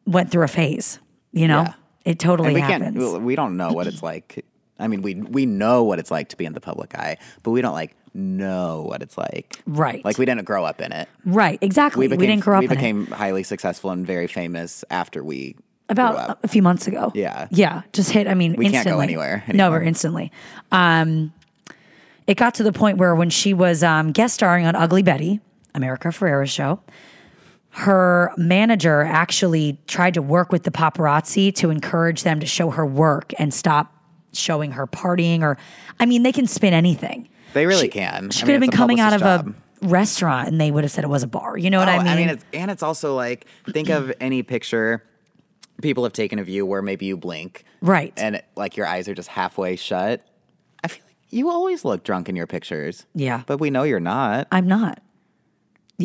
Speaker 2: went through a phase. You know,
Speaker 1: Yeah.
Speaker 2: it totally
Speaker 1: And we
Speaker 2: happens.
Speaker 1: can't. We don't know what it's like. I mean, we we know what it's like to be in the public eye, but we don't like know what it's like.
Speaker 2: Right.
Speaker 1: Like we didn't grow up in it.
Speaker 2: right. Exactly. We,
Speaker 1: became,
Speaker 2: didn't grow up
Speaker 1: We
Speaker 2: in it.
Speaker 1: became highly successful and very famous after we grew
Speaker 2: about
Speaker 1: up.
Speaker 2: a few months ago.
Speaker 1: Yeah.
Speaker 2: Yeah. Just hit, I mean, we
Speaker 1: can't
Speaker 2: instantly.
Speaker 1: go anywhere
Speaker 2: No,
Speaker 1: anymore.
Speaker 2: we're instantly. Um, it got to the point where when she was um, guest starring on Ugly Betty, America Ferrera's show, her manager actually tried to work with the paparazzi to encourage them to show her work and stop showing her partying or, I mean, they can spin anything.
Speaker 1: They really can.
Speaker 2: She
Speaker 1: I
Speaker 2: could
Speaker 1: mean,
Speaker 2: have been
Speaker 1: it's a
Speaker 2: coming out of
Speaker 1: publicist's job.
Speaker 2: a restaurant and they would have said it was a bar. You know what I
Speaker 1: Oh,
Speaker 2: mean?
Speaker 1: it's, and it's also like think of any picture people have taken of you where maybe you blink,
Speaker 2: right.
Speaker 1: and it, like your eyes are just halfway shut. I feel like you always look drunk in your pictures.
Speaker 2: Yeah.
Speaker 1: but we know you're not.
Speaker 2: I'm not.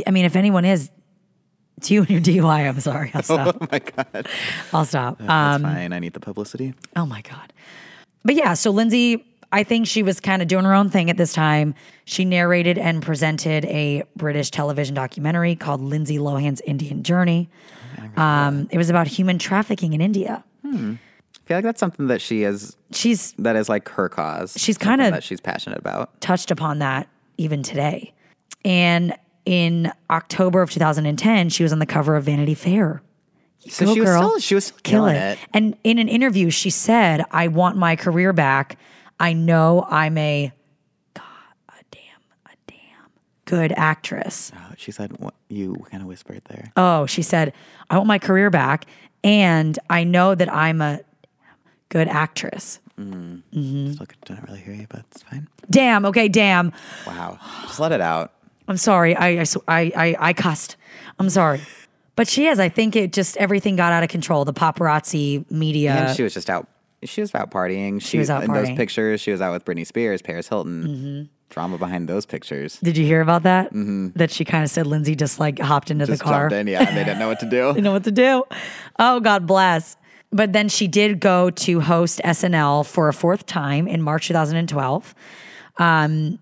Speaker 2: I mean, if anyone is, it's you and your DUI. I'm sorry. I'll stop.
Speaker 1: Oh my god,
Speaker 2: I'll stop. Uh,
Speaker 1: that's fine. I need the publicity.
Speaker 2: oh my God. But yeah, so Lindsay, I think she was kind of doing her own thing at this time. She narrated and presented a British television documentary called Lindsay Lohan's Indian Journey. Um, it was about human trafficking in India.
Speaker 1: I feel like that's something that she is.
Speaker 2: She's
Speaker 1: That is like her cause.
Speaker 2: She's
Speaker 1: something
Speaker 2: kinda-
Speaker 1: that she's passionate about.
Speaker 2: touched upon that even today. And in October of 2010, she was on the cover of Vanity Fair.
Speaker 1: So
Speaker 2: Go,
Speaker 1: she was
Speaker 2: girl.
Speaker 1: still she was still
Speaker 2: kill
Speaker 1: killing it.
Speaker 2: it. And in an interview, she said, I want my career back. I know I'm a God, a damn, a damn good actress.
Speaker 1: Oh, she said what you kind of whispered there.
Speaker 2: Oh, she said, I want my career back. And I know that I'm a good actress. Um,
Speaker 1: Still couldn't really hear you, but it's fine.
Speaker 2: Damn. Okay. Damn.
Speaker 1: Wow, just let it out.
Speaker 2: I'm sorry. I, I, s- I- I- I cussed. I'm sorry. But she is. I think it just everything got out of control. The paparazzi media.
Speaker 1: and she was just out. She was out partying. She,
Speaker 2: was out
Speaker 1: in those
Speaker 2: partying. Mm-hmm.
Speaker 1: pictures. She was out with Britney Spears, Paris Hilton. Drama behind those pictures.
Speaker 2: Did you hear about that? That she kind of said Lindsay just like hopped into
Speaker 1: Mm-hmm. Just
Speaker 2: the car.
Speaker 1: jumped in, yeah. and They didn't know what to do.
Speaker 2: didn't know what to do. Oh, God bless. But then she did go to host SNL for a fourth time in March 2012. Um,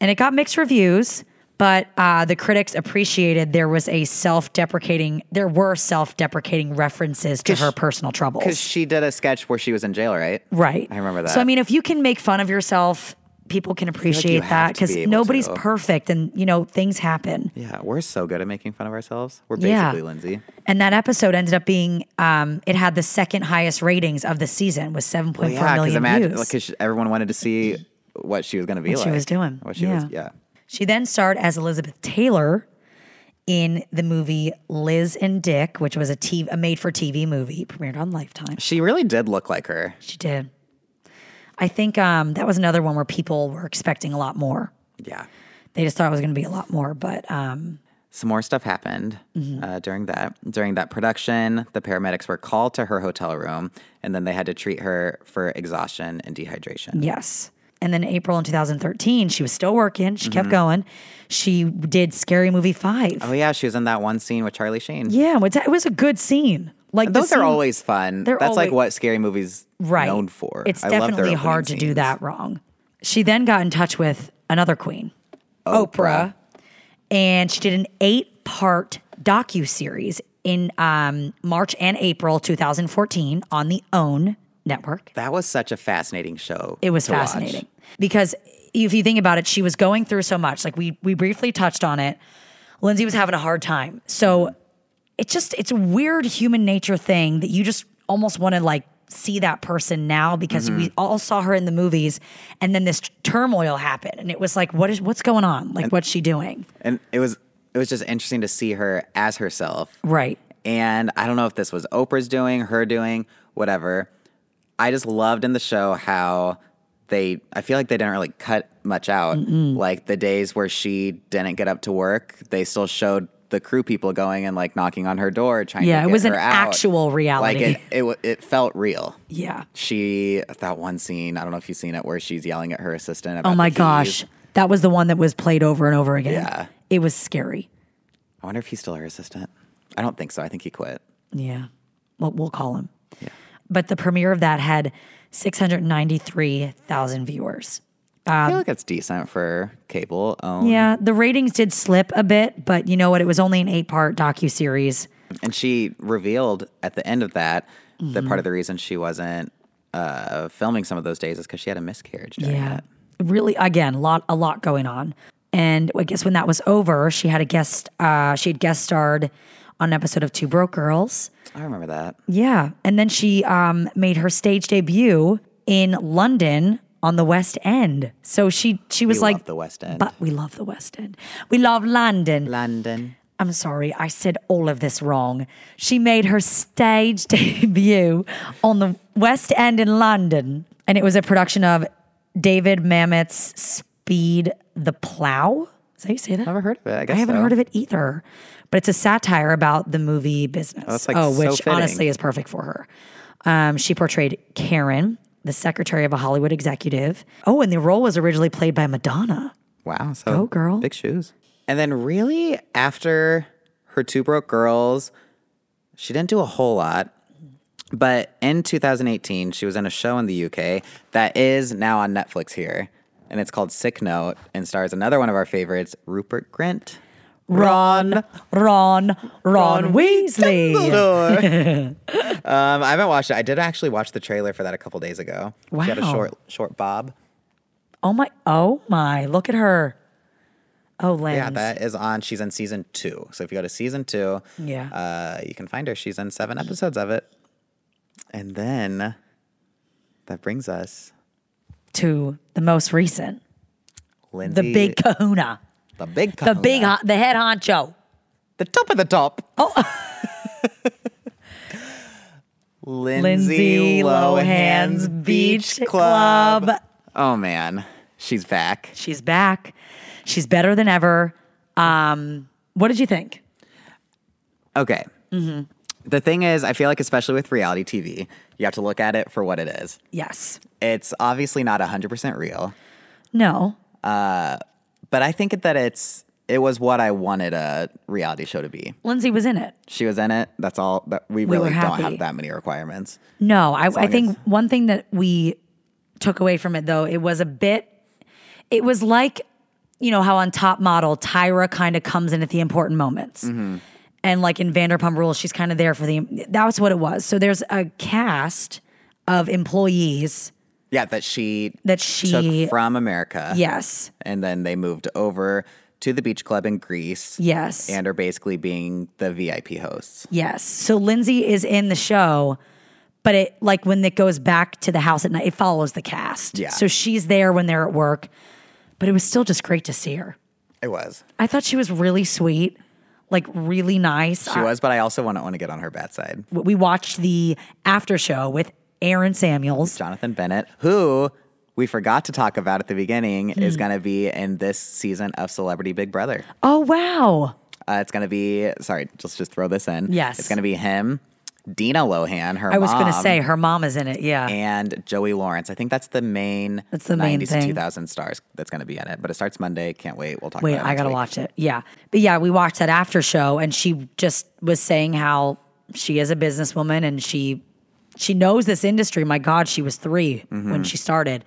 Speaker 2: and it got mixed reviews, but uh, the critics appreciated there was a self deprecating, there were self deprecating references to her personal
Speaker 1: Because
Speaker 2: troubles.
Speaker 1: she did a sketch where she was in jail, right?
Speaker 2: Right.
Speaker 1: I remember that.
Speaker 2: So, I mean, if you can make fun of yourself, people can appreciate that
Speaker 1: have to
Speaker 2: because
Speaker 1: be able
Speaker 2: nobody's
Speaker 1: to.
Speaker 2: perfect and, you know, things happen.
Speaker 1: Yeah, we're so good at making fun of ourselves. We're
Speaker 2: Yeah.
Speaker 1: basically Lindsay.
Speaker 2: And that episode ended up being, um, it had the second highest ratings of the season with seven point four
Speaker 1: Yeah, because
Speaker 2: million
Speaker 1: imagine
Speaker 2: views.
Speaker 1: because everyone wanted to see what she was going to be
Speaker 2: she
Speaker 1: like.
Speaker 2: was doing.
Speaker 1: What she was, yeah.
Speaker 2: She then starred as Elizabeth Taylor in the movie Liz and Dick, which was a, TV, a made for TV movie premiered on Lifetime.
Speaker 1: She really did look like her.
Speaker 2: She did. I think um, that was another one where people were expecting a lot more.
Speaker 1: Yeah.
Speaker 2: They just thought it was going to be a lot more, but um,
Speaker 1: Some more stuff happened
Speaker 2: Mm-hmm.
Speaker 1: uh, during that. During that production, the paramedics were called to her hotel room, and then they had to treat her for exhaustion and dehydration.
Speaker 2: Yes. And then April in 2013, she was still working. She
Speaker 1: Mm-hmm.
Speaker 2: kept going. She did Scary Movie 5.
Speaker 1: Oh yeah, she was in that one scene with Charlie Sheen.
Speaker 2: Yeah, it was- it was a good scene. Like the
Speaker 1: Those are
Speaker 2: scene-
Speaker 1: always fun. That's like
Speaker 2: always-
Speaker 1: what scary movies
Speaker 2: right.
Speaker 1: known for.
Speaker 2: It's
Speaker 1: I love their
Speaker 2: definitely
Speaker 1: opening
Speaker 2: hard to do
Speaker 1: scenes.
Speaker 2: that wrong. She then got in touch with another queen, Oprah, and she did an eight-part docu series in um, March and April 2014 on the OWN network.
Speaker 1: That was such a fascinating show.
Speaker 2: It was
Speaker 1: to watch.
Speaker 2: fascinating because if you think about it, she was going through so much. Like we we briefly touched on it. Lindsay was having a hard time. So it's just it's a weird human nature thing that you just almost want to like see that person now because we all saw her in the movies and then this turmoil happened and it was like what is what's going on? Like what's she doing?
Speaker 1: and it was it was just interesting to see her as herself.
Speaker 2: Right.
Speaker 1: And I don't know if this was Oprah's doing, her doing, whatever. I just loved in the show how they, I feel like they didn't really cut much out. Like the days where she didn't get up to work, they still showed the crew people going and like knocking on her door, trying
Speaker 2: Yeah,
Speaker 1: to
Speaker 2: it
Speaker 1: get
Speaker 2: was an
Speaker 1: her out.
Speaker 2: actual reality.
Speaker 1: Like it, it, wa- it felt real.
Speaker 2: Yeah.
Speaker 1: She, that one scene, I don't know if you've seen it, where she's yelling at her assistant about
Speaker 2: Oh my
Speaker 1: the keys.
Speaker 2: gosh. That was the one that was played over and over again.
Speaker 1: Yeah.
Speaker 2: It was scary.
Speaker 1: I wonder if he's still her assistant. I don't think so. I think he quit.
Speaker 2: Yeah. Well, we'll call him. But the premiere of that had 693,000 viewers.
Speaker 1: I
Speaker 2: Um,
Speaker 1: feel like it's decent for cable. Um,
Speaker 2: Yeah, the ratings did slip a bit, but you know what? It was only an eight part docuseries.
Speaker 1: And she revealed at the end of that that
Speaker 2: Mm-hmm.
Speaker 1: part of the reason she wasn't uh, filming some of those days is because she had a miscarriage. During
Speaker 2: Yeah.
Speaker 1: that.
Speaker 2: Really, again, a lot, a lot going on. And I guess when that was over, she had a guest, uh, she had guest starred on an episode of Two Broke Girls.
Speaker 1: I remember that.
Speaker 2: Yeah. And then she um, made her stage debut in London on the West End. So she she was
Speaker 1: We
Speaker 2: like
Speaker 1: love the West End.
Speaker 2: But we love the West End. We love London.
Speaker 1: London.
Speaker 2: I'm sorry, I said all of this wrong. She made her stage debut on the West End in London, and it was a production of David Mamet's Speed the Plow. Is that how you say that?
Speaker 1: Never heard of it. I guess
Speaker 2: I haven't heard of it either. But it's a satire about the movie business. Oh,
Speaker 1: that's, like, so
Speaker 2: which
Speaker 1: fitting.
Speaker 2: honestly is perfect for her. Um, she portrayed Karen, the secretary of a Hollywood executive. Oh, and the role was originally played by Madonna.
Speaker 1: Wow. So
Speaker 2: Go, girl.
Speaker 1: Big shoes. And then really after her two broke girls, she didn't do a whole lot. But in 2018, she was in a show in the UK that is now on Netflix here. And it's called Sick Note and stars another one of our favorites, Rupert Grint.
Speaker 2: Ron, Ron, Ron Weasley.
Speaker 1: um, I haven't watched it. I did actually watch the trailer for that a couple days ago. She had a
Speaker 2: Wow.
Speaker 1: short short bob.
Speaker 2: Oh my, oh my, look at her. Oh, Lens.
Speaker 1: Yeah, that is on. She's in season two. So if you go to season two,
Speaker 2: Yeah.
Speaker 1: uh, you can find her. She's in seven episodes of it. And then that brings us
Speaker 2: to the most recent,
Speaker 1: Lindsay,
Speaker 2: the oh, big kahuna,
Speaker 1: the big,
Speaker 2: the big, hon- the head honcho.
Speaker 1: the top of the top. Oh. Lindsay,
Speaker 2: Lindsay
Speaker 1: Lohan's
Speaker 2: Lohan's
Speaker 1: Beach
Speaker 2: Beach
Speaker 1: Club.
Speaker 2: Club.
Speaker 1: Oh man, she's back.
Speaker 2: She's back. She's better than ever. Um, What did you think?
Speaker 1: Okay.
Speaker 2: Mm-hmm.
Speaker 1: The thing is, I feel like, especially with reality TV, you have to look at it for what it is.
Speaker 2: Yes.
Speaker 1: It's obviously not 100% real,
Speaker 2: No.
Speaker 1: but I think that it's it was what I wanted a reality show to be.
Speaker 2: Lindsay was in it.
Speaker 1: She was in it. That's all. That we
Speaker 2: We were
Speaker 1: really don't
Speaker 2: happy.
Speaker 1: have that many requirements.
Speaker 2: No, I, I
Speaker 1: long
Speaker 2: think
Speaker 1: as-
Speaker 2: one thing that we took away from it though, it was a bit, it was like, you know, how on Top Model, Tyra kind of comes in at the important moments. And like in Vanderpump Rules, she's kind of there for the, that was what it was. So there's a cast of employees
Speaker 1: Yeah, that she
Speaker 2: that
Speaker 1: took
Speaker 2: she,
Speaker 1: from America.
Speaker 2: yes,
Speaker 1: and then they moved over to the beach club in Greece.
Speaker 2: yes,
Speaker 1: and are basically being the VIP hosts.
Speaker 2: yes. So Lindsay is in the show, but it like when it goes back to the house at night, it follows the cast.
Speaker 1: Yeah.
Speaker 2: So she's there when they're at work, but it was still just great to see her.
Speaker 1: It was.
Speaker 2: I thought she was really sweet, like really nice.
Speaker 1: She
Speaker 2: I-
Speaker 1: was, but I also wouldn't want to get on her bad side.
Speaker 2: we watched the after show with Aaron Samuels.
Speaker 1: Jonathan Bennett, who we forgot to talk about at the beginning,
Speaker 2: Hmm.
Speaker 1: is going to be in this season of Celebrity Big Brother.
Speaker 2: Oh wow.
Speaker 1: Uh, it's going to be, sorry, just just throw this in.
Speaker 2: Yes.
Speaker 1: It's going to be him, Dina Lohan, her
Speaker 2: I was
Speaker 1: going to
Speaker 2: say her mom is in it. Yeah.
Speaker 1: and Joey Lawrence. I think that's the main
Speaker 2: That's the main
Speaker 1: 90s
Speaker 2: thing.
Speaker 1: to 2000 stars that's going to be in it. But it starts Monday. Can't wait. We'll talk
Speaker 2: Wait,
Speaker 1: about it.
Speaker 2: I
Speaker 1: next
Speaker 2: gotta
Speaker 1: week.
Speaker 2: watch it. Yeah. But yeah, we watched that after show and she just was saying how she is a businesswoman and she she knows this industry. My God, she was 3
Speaker 1: Mm-hmm.
Speaker 2: when she started.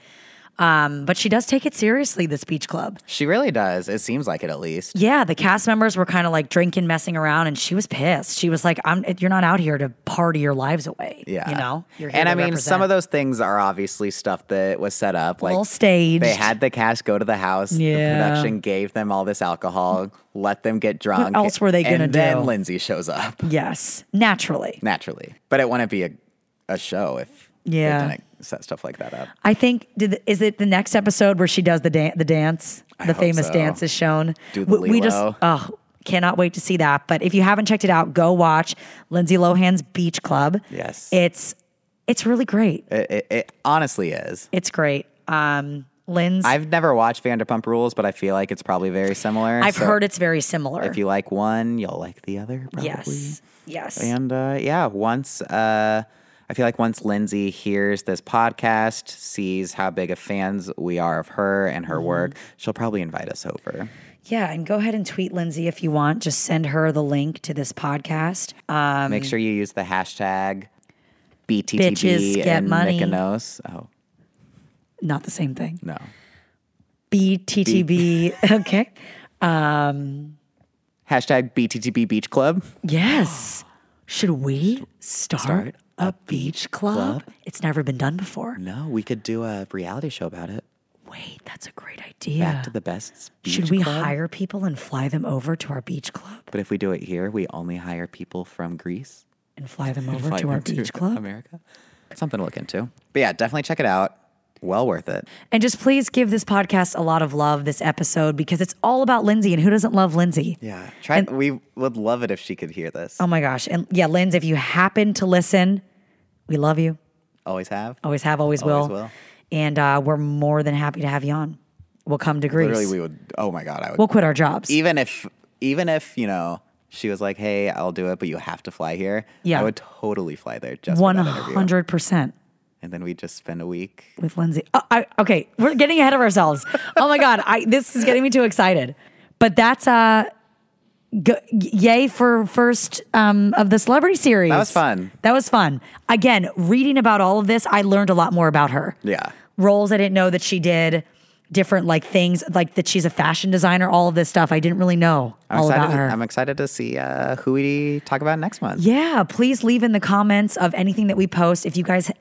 Speaker 2: Um, but she does take it seriously, this beach club.
Speaker 1: She really does. It seems like it at least.
Speaker 2: Yeah, the cast members were kind of like drinking, messing around, and she was pissed. She was like, "I'm, you're not out here to party your lives away."
Speaker 1: Yeah.
Speaker 2: you know. You're here
Speaker 1: and
Speaker 2: to
Speaker 1: I mean, some of
Speaker 2: represent."
Speaker 1: those things are obviously stuff that was set up. Like,
Speaker 2: All staged.
Speaker 1: They had the cast go to the house.
Speaker 2: Yeah.
Speaker 1: The production gave them all this alcohol, let them get drunk.
Speaker 2: else were they gonna
Speaker 1: And then
Speaker 2: do?
Speaker 1: Lindsay shows up
Speaker 2: yes, naturally.
Speaker 1: naturally. But it wouldn't be a, a show if
Speaker 2: Yeah.
Speaker 1: they didn't set stuff like that up.
Speaker 2: I think did the, is it the next episode where she does the dan- the dance, the
Speaker 1: hope
Speaker 2: famous
Speaker 1: so.
Speaker 2: dance is shown.
Speaker 1: Do the
Speaker 2: we, we just
Speaker 1: Lilo.
Speaker 2: oh, cannot wait to see that. But if you haven't checked it out, go watch Lindsay Lohan's Beach Club.
Speaker 1: Yes.
Speaker 2: it's it's really great.
Speaker 1: It, it, it honestly is.
Speaker 2: It's great. Um, Lynn's. I've,
Speaker 1: I've never watched Vanderpump Rules, but I feel like it's probably very similar. So
Speaker 2: heard it's very similar.
Speaker 1: If you like one, you'll like the other, probably.
Speaker 2: yes, yes.
Speaker 1: And uh, yeah, once uh, I feel like once Lindsay hears this podcast, sees how big of fans we are of her and her work, she'll probably invite us over.
Speaker 2: Yeah, and go ahead and tweet Lindsay if you want. Just send her the link to this podcast. Uh,
Speaker 1: Make sure you use the hashtag
Speaker 2: Bitches
Speaker 1: BTTB
Speaker 2: get
Speaker 1: and
Speaker 2: money.
Speaker 1: Mykonos. Oh
Speaker 2: not the same thing.
Speaker 1: no,
Speaker 2: BTTB. okay.
Speaker 1: hashtag BTTB Beach Club.
Speaker 2: Yes. Should we start, a beach club? It's never been done before.
Speaker 1: No, we could do a reality show about it.
Speaker 2: Wait, that's a great
Speaker 1: Back
Speaker 2: idea.
Speaker 1: to the best. Beach
Speaker 2: Should we
Speaker 1: Club.
Speaker 2: hire people and fly them over to our beach club
Speaker 1: But if we do it here, we only hire people from Greece.
Speaker 2: and fly them over
Speaker 1: Fly
Speaker 2: to our
Speaker 1: them Um,
Speaker 2: beach club?
Speaker 1: America. Something to look into. But yeah, definitely check it out. Well worth it.
Speaker 2: And just please give this podcast a lot of love this episode because it's all about Lindsay and who doesn't love Lindsay?
Speaker 1: Yeah, try. we would love it if she could hear this.
Speaker 2: Oh my gosh. And yeah, Linz, if you happen to listen, we love you.
Speaker 1: Always have.
Speaker 2: Always have, always,
Speaker 1: Always
Speaker 2: will.
Speaker 1: will.
Speaker 2: And uh, we're more than happy to have you on. We'll come to Greece.
Speaker 1: Literally, we would. Oh my god, I would.
Speaker 2: we'll quit our jobs.
Speaker 1: even if, even if you know, she was like, "Hey, I'll do it, but you have to fly here."
Speaker 2: Yeah.
Speaker 1: I would totally fly there just for
Speaker 2: One
Speaker 1: that interview.
Speaker 2: hundred percent
Speaker 1: And then we just spend a week.
Speaker 2: with Lindsay. Oh, I, okay, we're getting ahead of ourselves. oh my god, I, this is getting me too excited. But that's uh, go, yay for first um, of the celebrity series. That
Speaker 1: was fun.
Speaker 2: That was fun. Again, reading about all of this, I learned a lot more about her.
Speaker 1: Yeah,
Speaker 2: roles I didn't know that she did, different like things like that she's a fashion designer, all of this stuff I didn't really know
Speaker 1: I'm
Speaker 2: all
Speaker 1: excited.
Speaker 2: about her.
Speaker 1: I'm excited to see uh, who we talk about next month.
Speaker 2: yeah, please leave in the comments of anything that we post if you guys ha-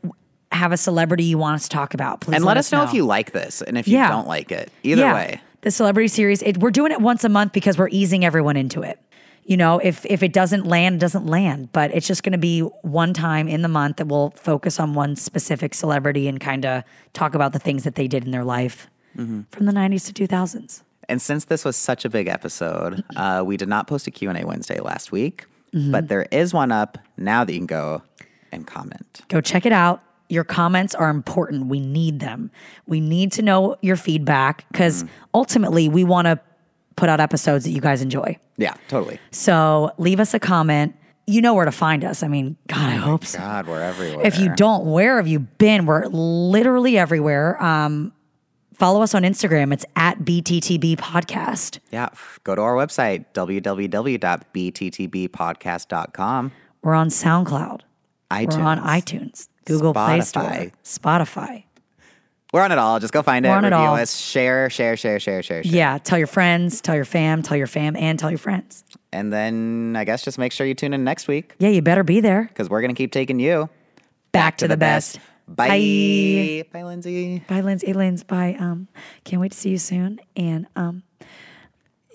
Speaker 2: have a celebrity you want us to talk about. Please
Speaker 1: And let us know, if
Speaker 2: know.
Speaker 1: you like this and if you
Speaker 2: Yeah.
Speaker 1: don't like it. Either
Speaker 2: yeah.
Speaker 1: way,
Speaker 2: The celebrity series, it, we're doing it once a month because we're easing everyone into it. You know, if if it doesn't land, it doesn't land. But it's just going to be one time in the month that we'll focus on one specific celebrity and kind of talk about the things that they did in their life
Speaker 1: Mm-hmm.
Speaker 2: from the '90s to 2000s.
Speaker 1: And since this was such a big episode, uh, we did not post a Q&A Wednesday last week,
Speaker 2: Mm-hmm.
Speaker 1: but there is one up now that you can go and comment.
Speaker 2: Go check it out. Your comments are important.
Speaker 1: Mm-hmm.
Speaker 2: We need them. We need to know your feedback because ultimately we want to put out episodes that you guys enjoy.
Speaker 1: Yeah, totally.
Speaker 2: So leave us a comment. You know where to find us. I mean, God, I hope so.
Speaker 1: God, we're everywhere.
Speaker 2: If you don't, where have you been? We're literally everywhere. Um, follow us on Instagram. It's at BTTB Podcast.
Speaker 1: Yeah, f- go to our website, www.bttbpodcast.com,
Speaker 2: We're on SoundCloud.
Speaker 1: iTunes.
Speaker 2: We're on iTunes, Google Play
Speaker 1: Spotify.
Speaker 2: Store, Spotify.
Speaker 1: We're on it all. Just go find it,
Speaker 2: on it
Speaker 1: review
Speaker 2: all.
Speaker 1: us, share, share, share, share, share, share.
Speaker 2: Yeah, tell your friends, tell your fam, tell your fam, and tell your friends.
Speaker 1: And then I guess just make sure you tune in next week
Speaker 2: Yeah, you better be there.
Speaker 1: because we're going to keep taking you
Speaker 2: Back, to, the, best.
Speaker 1: Bye. Bye,
Speaker 2: Bye.
Speaker 1: Lindsay.
Speaker 2: Bye, Lindsay. Linz, bye. Um, can't wait to see you soon. And um,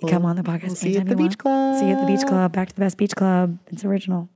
Speaker 2: come on the podcast.
Speaker 1: see you at the
Speaker 2: anytime want.
Speaker 1: beach club.
Speaker 2: See you at the beach club. Back to the best beach club. It's original.